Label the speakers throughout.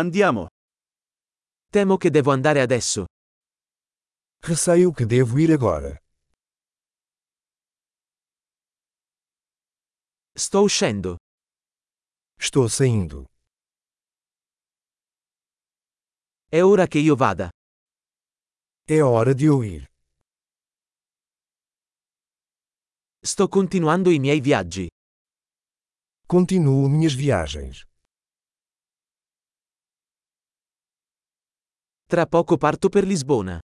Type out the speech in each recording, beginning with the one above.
Speaker 1: Andiamo. Temo che devo andare adesso.
Speaker 2: Receio que devo ir agora.
Speaker 1: Sto uscendo.
Speaker 2: Estou saindo.
Speaker 1: È ora che io vada.
Speaker 2: É hora de eu ir.
Speaker 1: Sto continuando i miei viaggi.
Speaker 2: Continuo minhas viagens.
Speaker 1: Tra poco parto per Lisbona.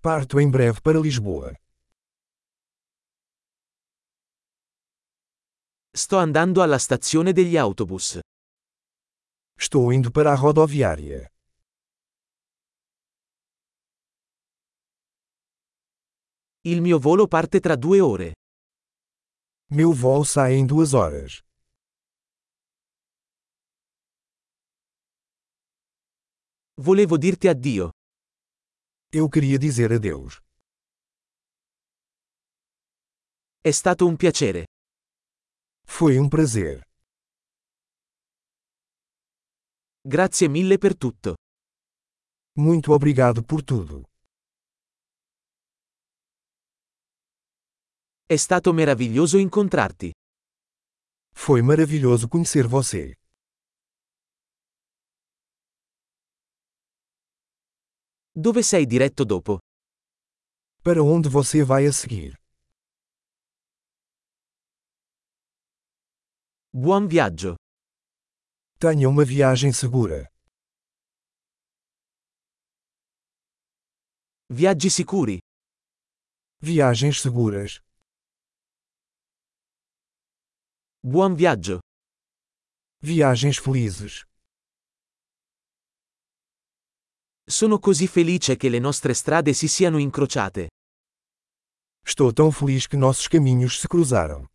Speaker 2: Parto em breve para Lisboa.
Speaker 1: Sto andando alla stazione degli autobus.
Speaker 2: Estou indo para a rodoviária.
Speaker 1: Il mio volo parte tra due ore.
Speaker 2: Meu voo sai em duas horas.
Speaker 1: Volevo dirti addio.
Speaker 2: Eu queria dizer adeus.
Speaker 1: È stato un piacere.
Speaker 2: Foi um prazer.
Speaker 1: Grazie mille per tutto.
Speaker 2: Muito obrigado por tudo.
Speaker 1: È stato meraviglioso incontrarti.
Speaker 2: Foi maravilhoso conhecer você.
Speaker 1: Dove sei diretto dopo?
Speaker 2: Para onde você vai a seguir?
Speaker 1: Buon viaggio.
Speaker 2: Tenha uma viagem segura.
Speaker 1: Viaggi sicuri.
Speaker 2: Viagens seguras.
Speaker 1: Buon viaggio.
Speaker 2: Viagens felizes.
Speaker 1: Sono così felice che le nostre strade si siano incrociate.
Speaker 2: Estou tão feliz que nossos caminhos se cruzaram.